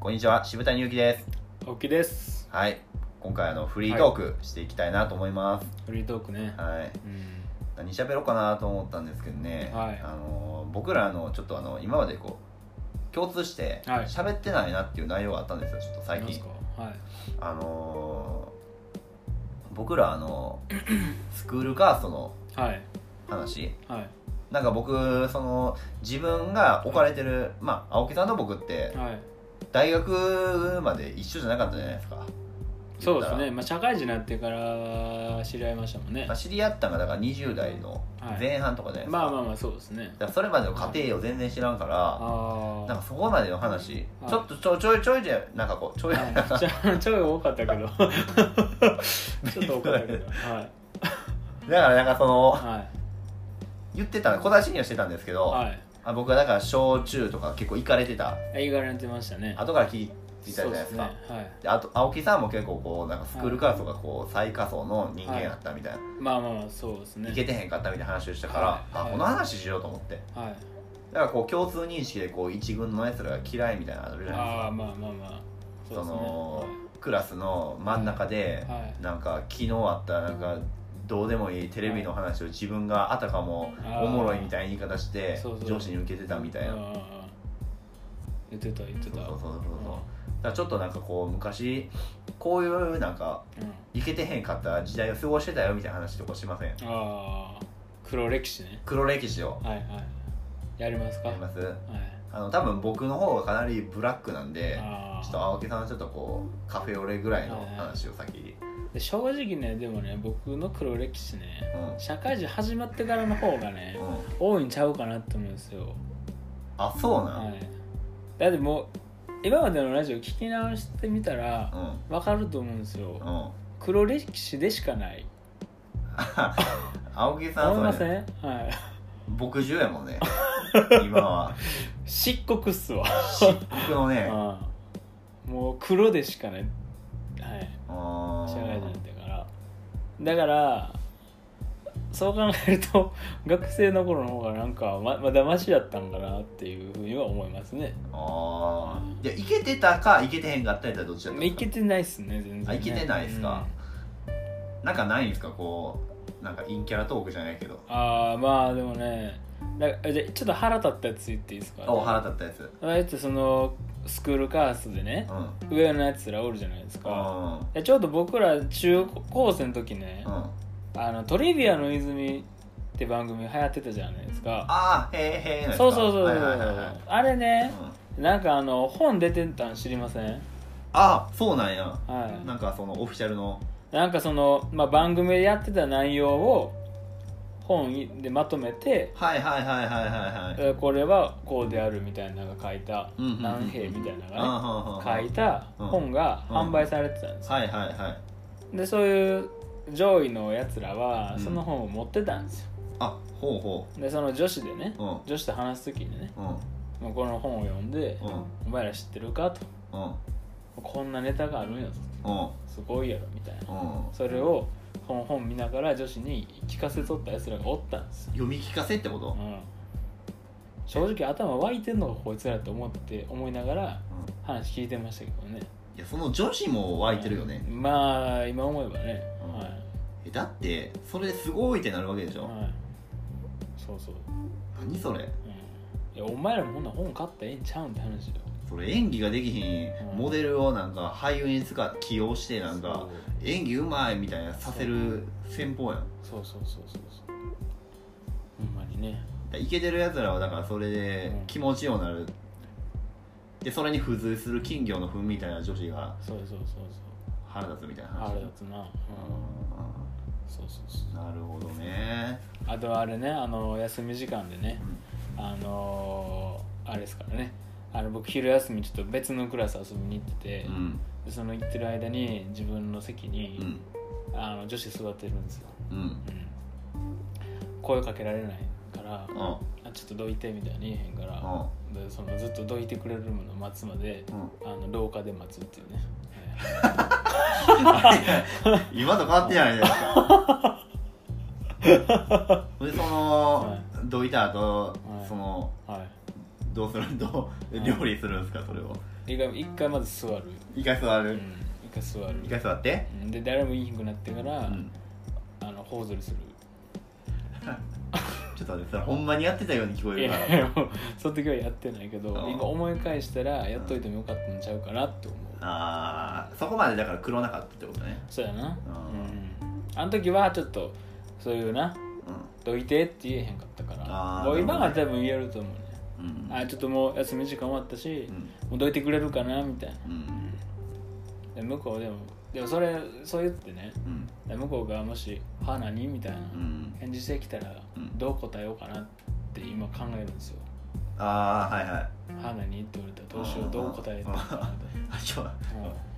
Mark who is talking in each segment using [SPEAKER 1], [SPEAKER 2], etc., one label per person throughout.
[SPEAKER 1] こんにちは渋谷祐樹です
[SPEAKER 2] 青木です
[SPEAKER 1] はい今回あのフリートークしていきたいなと思います
[SPEAKER 2] フリートークね
[SPEAKER 1] はい、
[SPEAKER 2] うん
[SPEAKER 1] 何喋ろうかなと思ったんですけどね、
[SPEAKER 2] はい
[SPEAKER 1] あの僕らのちょっとあの今までこう共通して
[SPEAKER 2] はい
[SPEAKER 1] 喋ってないなっていう内容があったんですよちょっと最
[SPEAKER 2] います
[SPEAKER 1] 近
[SPEAKER 2] かはい
[SPEAKER 1] あのー僕らあ のスクールカーストの
[SPEAKER 2] はい
[SPEAKER 1] 話
[SPEAKER 2] はい
[SPEAKER 1] なんか僕その自分が置かれてるまあ青木さんと僕って
[SPEAKER 2] はい
[SPEAKER 1] 大学まで一緒じゃなかったじゃないですか
[SPEAKER 2] そうです
[SPEAKER 1] 言
[SPEAKER 2] ね、
[SPEAKER 1] っ
[SPEAKER 2] まあ、社会人になってから知り合いましたもん
[SPEAKER 1] た
[SPEAKER 2] ね
[SPEAKER 1] らまあ知り合ったのがだから20代の前半とかじゃないですか、
[SPEAKER 2] まあまあまあそうですね
[SPEAKER 1] だからそれまでの過程を全然知らんから、
[SPEAKER 2] あ
[SPEAKER 1] なん
[SPEAKER 2] あ
[SPEAKER 1] かそこまでの話、
[SPEAKER 2] はい
[SPEAKER 1] ちょっとちょちょいちょいじゃなんかこうちょい、
[SPEAKER 2] はいちょ ちょい多かった けどちょっと多かったけどはい
[SPEAKER 1] だからなんかその
[SPEAKER 2] は
[SPEAKER 1] 言ってたの小出しにはしてたんですけど、
[SPEAKER 2] いはい
[SPEAKER 1] あ僕はだから小中とか結構行かれてた
[SPEAKER 2] 映画になってましたね
[SPEAKER 1] 後から聞いてたじゃないですか
[SPEAKER 2] そうっねはい
[SPEAKER 1] であと青木さんも結構こうなんかスクールカーストがこう最下層の人間やったみたいな、
[SPEAKER 2] まあまあまあそうですね
[SPEAKER 1] い、けてへんかったみたいな話をしたから、
[SPEAKER 2] はいは
[SPEAKER 1] あ
[SPEAKER 2] い
[SPEAKER 1] この話しようと思って
[SPEAKER 2] はい
[SPEAKER 1] だからこう共通認識でこう一軍のやつらが嫌いみたいなのあるじゃないです
[SPEAKER 2] ああ
[SPEAKER 1] か
[SPEAKER 2] まあまあまあ
[SPEAKER 1] そ
[SPEAKER 2] そうですね
[SPEAKER 1] のクラスの真ん中で、
[SPEAKER 2] はいはい
[SPEAKER 1] なんか昨日あったなんかどうでもいいテレビの話を自分があたかも
[SPEAKER 2] あー
[SPEAKER 1] おもろいみたいな言い方して
[SPEAKER 2] そうそう
[SPEAKER 1] 上司に受けてたみたいな
[SPEAKER 2] うんうんうん言ってた言って
[SPEAKER 1] そう
[SPEAKER 2] た
[SPEAKER 1] そうそうそうそうだからちょっとなんかこう昔こういうなんか
[SPEAKER 2] うん
[SPEAKER 1] いけてへんかった時代を過ごしてたよみたいな話とかしません
[SPEAKER 2] ああ黒歴史ね
[SPEAKER 1] 黒歴史を
[SPEAKER 2] はいはいやりますか
[SPEAKER 1] や
[SPEAKER 2] は
[SPEAKER 1] りま
[SPEAKER 2] い
[SPEAKER 1] すあの多分僕の方がかなりブラックなんで
[SPEAKER 2] あ
[SPEAKER 1] ちょっと
[SPEAKER 2] あ
[SPEAKER 1] 青木さんはちょっとこうカフェオレぐらいの話を先に、
[SPEAKER 2] 正直ねでもね僕の黒歴史ね
[SPEAKER 1] うん
[SPEAKER 2] 社会人始まってからの方がね
[SPEAKER 1] うん、
[SPEAKER 2] 多いんちゃうかなって思うんですよ
[SPEAKER 1] あそうなん、
[SPEAKER 2] はいだってもう今までのラジオ聞き直してみたら
[SPEAKER 1] う
[SPEAKER 2] 分かると思うんです
[SPEAKER 1] ん
[SPEAKER 2] よ
[SPEAKER 1] うん
[SPEAKER 2] 黒歴史でしかない
[SPEAKER 1] 青木さん
[SPEAKER 2] 思い
[SPEAKER 1] は
[SPEAKER 2] ま
[SPEAKER 1] そ
[SPEAKER 2] せ
[SPEAKER 1] れ
[SPEAKER 2] ん はい
[SPEAKER 1] 牧場やも んね今は
[SPEAKER 2] 漆黒っすわ
[SPEAKER 1] 漆黒のね
[SPEAKER 2] うんもう黒でしかない、はい、
[SPEAKER 1] あー
[SPEAKER 2] 社会人だからだからそう考えると 学生の頃の方がなんかままだマシだったんかなっていうふうには思いますね
[SPEAKER 1] あーいやいけてたかいけてへんかったやったらどっちだったんで
[SPEAKER 2] い
[SPEAKER 1] すか
[SPEAKER 2] けてないっすね全然ね
[SPEAKER 1] あいけてないですか、なんかないんですかこうなんか陰キャラトークじゃないけど
[SPEAKER 2] うんああまあでもねだからじゃあちょっと腹立ったやつ言っていいですか
[SPEAKER 1] お腹立ったやつうん
[SPEAKER 2] あいつそのスクールカーストでね
[SPEAKER 1] うん
[SPEAKER 2] 上のやつらおるじゃないですか
[SPEAKER 1] うん
[SPEAKER 2] でちょうど僕ら中高生の時ね、
[SPEAKER 1] あ
[SPEAKER 2] あのトリビアの泉って番組流行ってたじゃないですか
[SPEAKER 1] あーへえへえ
[SPEAKER 2] そうそうそうそう、
[SPEAKER 1] はいはいはいはいうん
[SPEAKER 2] あれねなんかあの本出てたん知りません
[SPEAKER 1] あそうなんや
[SPEAKER 2] はい
[SPEAKER 1] なんかそのオフィシャルの
[SPEAKER 2] なんかその、まあ、番組でやってた内容を本でまとめて
[SPEAKER 1] はいはいはいはいはいはい
[SPEAKER 2] えーこれはこうであるみたいなのが書いた
[SPEAKER 1] うんうんうん
[SPEAKER 2] 何兵みたいな
[SPEAKER 1] あーは
[SPEAKER 2] の
[SPEAKER 1] んはんはん
[SPEAKER 2] がね書いた本が販売されてたんですよ
[SPEAKER 1] はいはいはい
[SPEAKER 2] でそういう上位のやつらは
[SPEAKER 1] うん
[SPEAKER 2] その本を持ってたんですよ
[SPEAKER 1] あほうほ
[SPEAKER 2] でその女子でね
[SPEAKER 1] ううん
[SPEAKER 2] 女子と話す時にね
[SPEAKER 1] うん
[SPEAKER 2] まあこの本を読んで
[SPEAKER 1] うん
[SPEAKER 2] お前ら知ってるかと
[SPEAKER 1] うん
[SPEAKER 2] こんなネタがあるんやぞ
[SPEAKER 1] うん
[SPEAKER 2] すごいやろみたいな
[SPEAKER 1] うん
[SPEAKER 2] それをこの本見ながら女子に聞かせとったやつらがおったんですよ、
[SPEAKER 1] 読み聞かせってこと
[SPEAKER 2] う、ん、正直頭湧いてんのがこいつらって思って思いながら
[SPEAKER 1] うん
[SPEAKER 2] 話聞いてましたけどね
[SPEAKER 1] いやその女子も湧いてるよね、
[SPEAKER 2] まあ今思えばね、
[SPEAKER 1] うん
[SPEAKER 2] はい、
[SPEAKER 1] えだってそれすごいってなるわけでしょ、
[SPEAKER 2] はい、そうそう、
[SPEAKER 1] 何それ
[SPEAKER 2] うん、いやお前らもこんな本買ったらええんちゃうんって話よ
[SPEAKER 1] それ演技ができひん、
[SPEAKER 2] うん
[SPEAKER 1] モデルをなんか俳優に使って起用してなん
[SPEAKER 2] そ
[SPEAKER 1] か
[SPEAKER 2] う
[SPEAKER 1] 演技うまいみたいなさせる戦法やんだか
[SPEAKER 2] そうそうそうそうそうほんまにね
[SPEAKER 1] らイケてるやつらはだからそれで
[SPEAKER 2] うん
[SPEAKER 1] 気持ちようなる、でそれに付随する金魚の糞みたいな女子が
[SPEAKER 2] そうそうそうそ
[SPEAKER 1] 腹立つみたいな
[SPEAKER 2] う
[SPEAKER 1] 話
[SPEAKER 2] あれだつな、うん、そうそうそう
[SPEAKER 1] うんなるほどね
[SPEAKER 2] あとあれねあの休み時間でね
[SPEAKER 1] うん
[SPEAKER 2] あのーあれですからねあの僕昼休みちょっと別のクラス遊びに行ってて
[SPEAKER 1] う、ん
[SPEAKER 2] でその行ってる間に自分の席
[SPEAKER 1] う
[SPEAKER 2] に、
[SPEAKER 1] ん
[SPEAKER 2] あの女子座ってるんですよ、
[SPEAKER 1] うん
[SPEAKER 2] うん、声かけられないから
[SPEAKER 1] うんうん
[SPEAKER 2] あちょっとどいてみたいに言えへんからでそのずっとどいてくれるのを待つまで
[SPEAKER 1] うん
[SPEAKER 2] あの廊下で待つっていうね、はい
[SPEAKER 1] 今と変わってない ですかでその、
[SPEAKER 2] は
[SPEAKER 1] どいた後、
[SPEAKER 2] はい
[SPEAKER 1] その
[SPEAKER 2] はい
[SPEAKER 1] どうするどう
[SPEAKER 2] うん
[SPEAKER 1] 料理するんですかそれを
[SPEAKER 2] 一回一回まず座る、
[SPEAKER 1] 一回座
[SPEAKER 2] うん
[SPEAKER 1] る、
[SPEAKER 2] 一回座る
[SPEAKER 1] 一回座って
[SPEAKER 2] うんで誰もいいひんくなってから、
[SPEAKER 1] うん
[SPEAKER 2] あの頬ずりする
[SPEAKER 1] ちょっと待ってそれほんまにやってたように聞こ
[SPEAKER 2] い
[SPEAKER 1] えるか
[SPEAKER 2] やい
[SPEAKER 1] ら
[SPEAKER 2] やもうその時はやってないけど
[SPEAKER 1] あー
[SPEAKER 2] 今思い返したらやっといてもよかったんちゃうかなって思う
[SPEAKER 1] あーそこまでだから黒なかったってことね
[SPEAKER 2] そうや
[SPEAKER 1] あ
[SPEAKER 2] なうんあの時はちょっとそういうなどいてって言えへんかったか
[SPEAKER 1] あ
[SPEAKER 2] ら
[SPEAKER 1] ー
[SPEAKER 2] もう今
[SPEAKER 1] な
[SPEAKER 2] は
[SPEAKER 1] るほど
[SPEAKER 2] 多分言えると思うね
[SPEAKER 1] うんうん
[SPEAKER 2] あーちょっともう休み時間終わったし
[SPEAKER 1] う、ん
[SPEAKER 2] もうどいてくれるかなみたいな
[SPEAKER 1] うん
[SPEAKER 2] で向こうでもでもそれそう言ってね
[SPEAKER 1] うん
[SPEAKER 2] で向こうがもし「は何?」みたいな
[SPEAKER 1] うん
[SPEAKER 2] 返事してきたら
[SPEAKER 1] うん
[SPEAKER 2] どう答えようかなって今考えるんですよ
[SPEAKER 1] ああはいはい
[SPEAKER 2] 「は何?」って言われたらどうしよ
[SPEAKER 1] う
[SPEAKER 2] うんどう答えたらいいかなって
[SPEAKER 1] あちょ
[SPEAKER 2] うん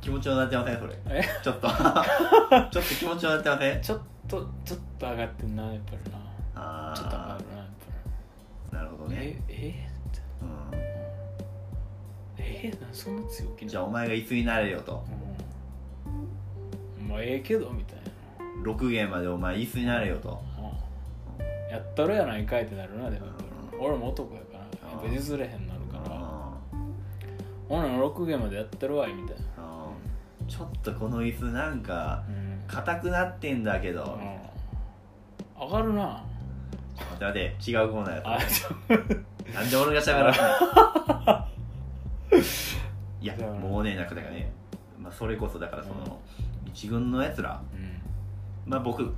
[SPEAKER 1] 気持ちよなってませんそれ
[SPEAKER 2] え
[SPEAKER 1] ちょっとちょっと気持ちよなってません
[SPEAKER 2] ちょっとちょっと上がってんなやっぱりな
[SPEAKER 1] あ
[SPEAKER 2] ちょっと上がるなやっ
[SPEAKER 1] あなるほ
[SPEAKER 2] ぱ
[SPEAKER 1] ど
[SPEAKER 2] り
[SPEAKER 1] ね、
[SPEAKER 2] ええ
[SPEAKER 1] う
[SPEAKER 2] ええなんそんな強気
[SPEAKER 1] ん、
[SPEAKER 2] な
[SPEAKER 1] じゃあお前がいつになれよと
[SPEAKER 2] うんまあええけどみたい
[SPEAKER 1] 6弦までお前椅子になれよと
[SPEAKER 2] な、うんやったろやないかいってなるなでもやっぱり俺も男やからやっぱ譲れへんなるから
[SPEAKER 1] あ
[SPEAKER 2] ほな6弦までやってるわいみたいな
[SPEAKER 1] ーあーちょっとこの椅子なんか
[SPEAKER 2] うん
[SPEAKER 1] 硬くなってんだけど、
[SPEAKER 2] 上がるな
[SPEAKER 1] 待って待って違うコーナーや
[SPEAKER 2] あちょ
[SPEAKER 1] ったなんで俺がしゃべら ないいや
[SPEAKER 2] だから
[SPEAKER 1] もうねなんかだからね、まあ、それこそだからその、一軍のやつら
[SPEAKER 2] うん
[SPEAKER 1] まあ僕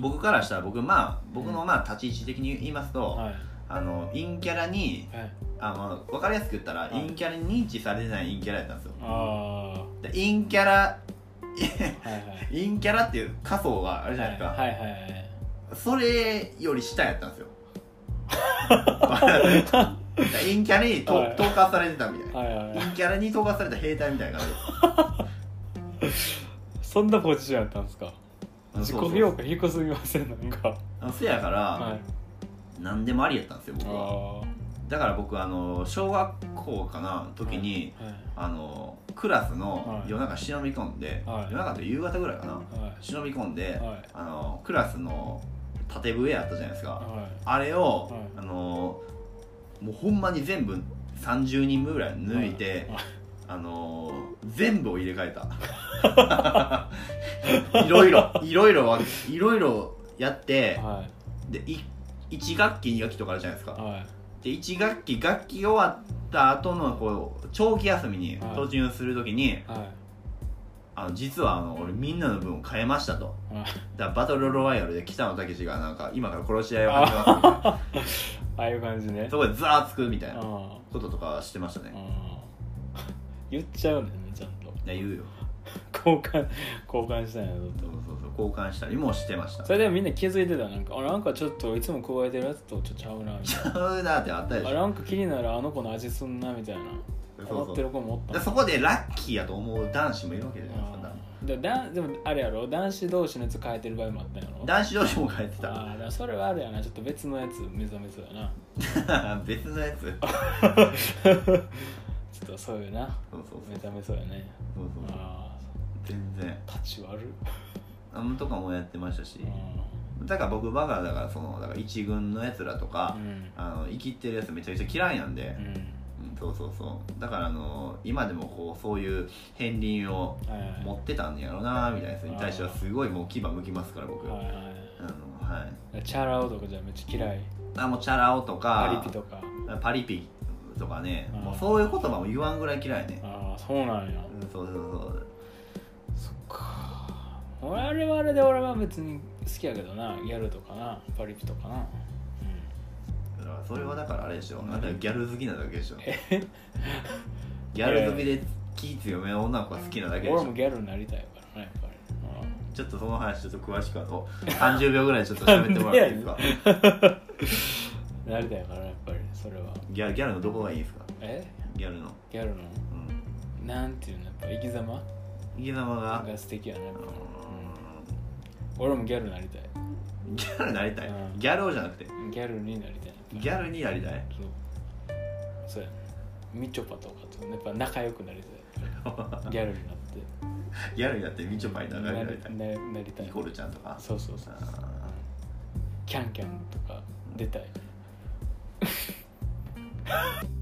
[SPEAKER 1] 僕からしたら僕まあ僕のまあ立ち位置的に言いますと、
[SPEAKER 2] はい
[SPEAKER 1] あの陰キャラに
[SPEAKER 2] はい
[SPEAKER 1] あまあ、分かりやすく言ったら、
[SPEAKER 2] はい
[SPEAKER 1] 陰キャラに認知されてない陰キャラやったんですよ
[SPEAKER 2] ああは
[SPEAKER 1] で陰キャラ
[SPEAKER 2] いはい
[SPEAKER 1] 陰キャラっていう仮想があるじゃないですか、
[SPEAKER 2] はいはいはい
[SPEAKER 1] それより下やったんですよ 陰キャラにと
[SPEAKER 2] はい
[SPEAKER 1] 統括されてたみたいな
[SPEAKER 2] はいはいはい
[SPEAKER 1] 陰キャラに統括された兵隊みたいな感
[SPEAKER 2] そんなポジションやったんですか
[SPEAKER 1] じ
[SPEAKER 2] 自己
[SPEAKER 1] そうそう
[SPEAKER 2] 評価低すぎませんなんか
[SPEAKER 1] あせやから、
[SPEAKER 2] はい
[SPEAKER 1] 何でもありやったんですよ僕は
[SPEAKER 2] あ
[SPEAKER 1] だから僕あの小学校かな
[SPEAKER 2] ー
[SPEAKER 1] 時に、
[SPEAKER 2] はい
[SPEAKER 1] あのクラスの
[SPEAKER 2] はい
[SPEAKER 1] 夜中忍び込んで、
[SPEAKER 2] はい
[SPEAKER 1] 夜中という夕方ぐらいかな、
[SPEAKER 2] は
[SPEAKER 1] 忍び込んで、
[SPEAKER 2] いはい
[SPEAKER 1] あのクラスの縦笛あったじゃないですか
[SPEAKER 2] はい
[SPEAKER 1] あれを、
[SPEAKER 2] はい
[SPEAKER 1] あのもうほんまに全部30人分ぐらい抜いて、
[SPEAKER 2] はい
[SPEAKER 1] あの全部を入れ替えた いろいろいろいろはいろいろやって
[SPEAKER 2] はい
[SPEAKER 1] でい1学期2学期とかあるじゃないですか
[SPEAKER 2] はい
[SPEAKER 1] で1学期学期終わった後のこう長期休みに
[SPEAKER 2] はい
[SPEAKER 1] 突入する時に、
[SPEAKER 2] はい
[SPEAKER 1] あの実はあの俺みんなの分を変えましたと
[SPEAKER 2] はい
[SPEAKER 1] だからバトルロワイヤルで北野武がなんか今から殺し合いを始めますみたいな
[SPEAKER 2] ああいう感じね
[SPEAKER 1] そこでザーつくみたいな
[SPEAKER 2] あ
[SPEAKER 1] こととかはしてました
[SPEAKER 2] あ
[SPEAKER 1] ね
[SPEAKER 2] ああ 言っちゃうねんねちゃんと
[SPEAKER 1] いや言うよ
[SPEAKER 2] 交換交換したいなと
[SPEAKER 1] そうそうそう交換したりもしてました
[SPEAKER 2] それでもみんな気づいてたなんかあなんかちょっといつも加えてるやつとちょっとちゃうなみ
[SPEAKER 1] ち
[SPEAKER 2] たい
[SPEAKER 1] ゃうなってあったでし
[SPEAKER 2] なあ
[SPEAKER 1] ょ
[SPEAKER 2] なんか気になるあの子の味すんなみたいな
[SPEAKER 1] そ
[SPEAKER 2] 思
[SPEAKER 1] う
[SPEAKER 2] っ
[SPEAKER 1] そ
[SPEAKER 2] て
[SPEAKER 1] う
[SPEAKER 2] る子もおった
[SPEAKER 1] でそこでラッキーやと思う男子もいるわけじゃないですか多分
[SPEAKER 2] うんでだんでもあれやろ男子同士のやつ変えてる場合もあったんやろ
[SPEAKER 1] 男子同士も帰って
[SPEAKER 2] ああだからそれはあるやなちょっと別のやつ目覚めそうや
[SPEAKER 1] た
[SPEAKER 2] な
[SPEAKER 1] 別のやつそう
[SPEAKER 2] ちょっとそういうな
[SPEAKER 1] そうそう
[SPEAKER 2] 目覚めそうやね
[SPEAKER 1] そうそう
[SPEAKER 2] あ
[SPEAKER 1] 全然
[SPEAKER 2] あ立ち悪る
[SPEAKER 1] あのとかもやってましたしだから僕バカだからそのだから一軍のやつらとか
[SPEAKER 2] う、ん
[SPEAKER 1] あの生きってるやつめちゃくちゃ嫌いなんで、
[SPEAKER 2] うん
[SPEAKER 1] うんそうそうそうだからあの今でもこうそういう片鱗を
[SPEAKER 2] はいはい
[SPEAKER 1] 持ってたんやろなみたいなやつに対しては
[SPEAKER 2] あー
[SPEAKER 1] すごいもう牙向きますから僕、
[SPEAKER 2] はい
[SPEAKER 1] あのはい
[SPEAKER 2] はいチャラ男じゃめっちゃ嫌い
[SPEAKER 1] あもうチャラ男と
[SPEAKER 2] パ
[SPEAKER 1] か
[SPEAKER 2] リピとか
[SPEAKER 1] パリピとかね
[SPEAKER 2] あー
[SPEAKER 1] もうそういう言葉も言わんぐらい嫌いね
[SPEAKER 2] ああそうなんや
[SPEAKER 1] うんそうそうそう
[SPEAKER 2] そっか俺あれはあれで俺は別に好きやけどなギャルとかなパリピとかな
[SPEAKER 1] だからそれはだからあれでしょ
[SPEAKER 2] うん
[SPEAKER 1] あんたギャル好きなだけでしょギャル好きで気強めの女の子が好きなだ
[SPEAKER 2] うん
[SPEAKER 1] けでし
[SPEAKER 2] 俺
[SPEAKER 1] ょ
[SPEAKER 2] もギャルになりたいからなやっぱりうん
[SPEAKER 1] ちょっとその話ちょっと詳しくあと30秒ぐらいちょっと喋 ってもらっていいですか
[SPEAKER 2] なりたいからやっぱりそれは
[SPEAKER 1] ギャルギャルのどこがいいですか
[SPEAKER 2] え
[SPEAKER 1] ギャルの
[SPEAKER 2] ギャルの
[SPEAKER 1] うん
[SPEAKER 2] なんていうのやっぱ生き様
[SPEAKER 1] 生き様が
[SPEAKER 2] が素敵やねやっぱり
[SPEAKER 1] う
[SPEAKER 2] 俺もギャルになりたい
[SPEAKER 1] ーんギャルになりたい
[SPEAKER 2] うん
[SPEAKER 1] ギャルをじゃなくて
[SPEAKER 2] ギャルになりたい
[SPEAKER 1] ギャルになりた い
[SPEAKER 2] そうそうやねみちょぱとかとやっぱ仲良くなりたいやっぱりギャルになって
[SPEAKER 1] ギャルになってみちょぱにな
[SPEAKER 2] な
[SPEAKER 1] り
[SPEAKER 2] り
[SPEAKER 1] た
[SPEAKER 2] た
[SPEAKER 1] い
[SPEAKER 2] いなりたい
[SPEAKER 1] ニコルちゃんとか
[SPEAKER 2] そうそうそう
[SPEAKER 1] あ
[SPEAKER 2] キャンキャンとか出たい
[SPEAKER 1] ー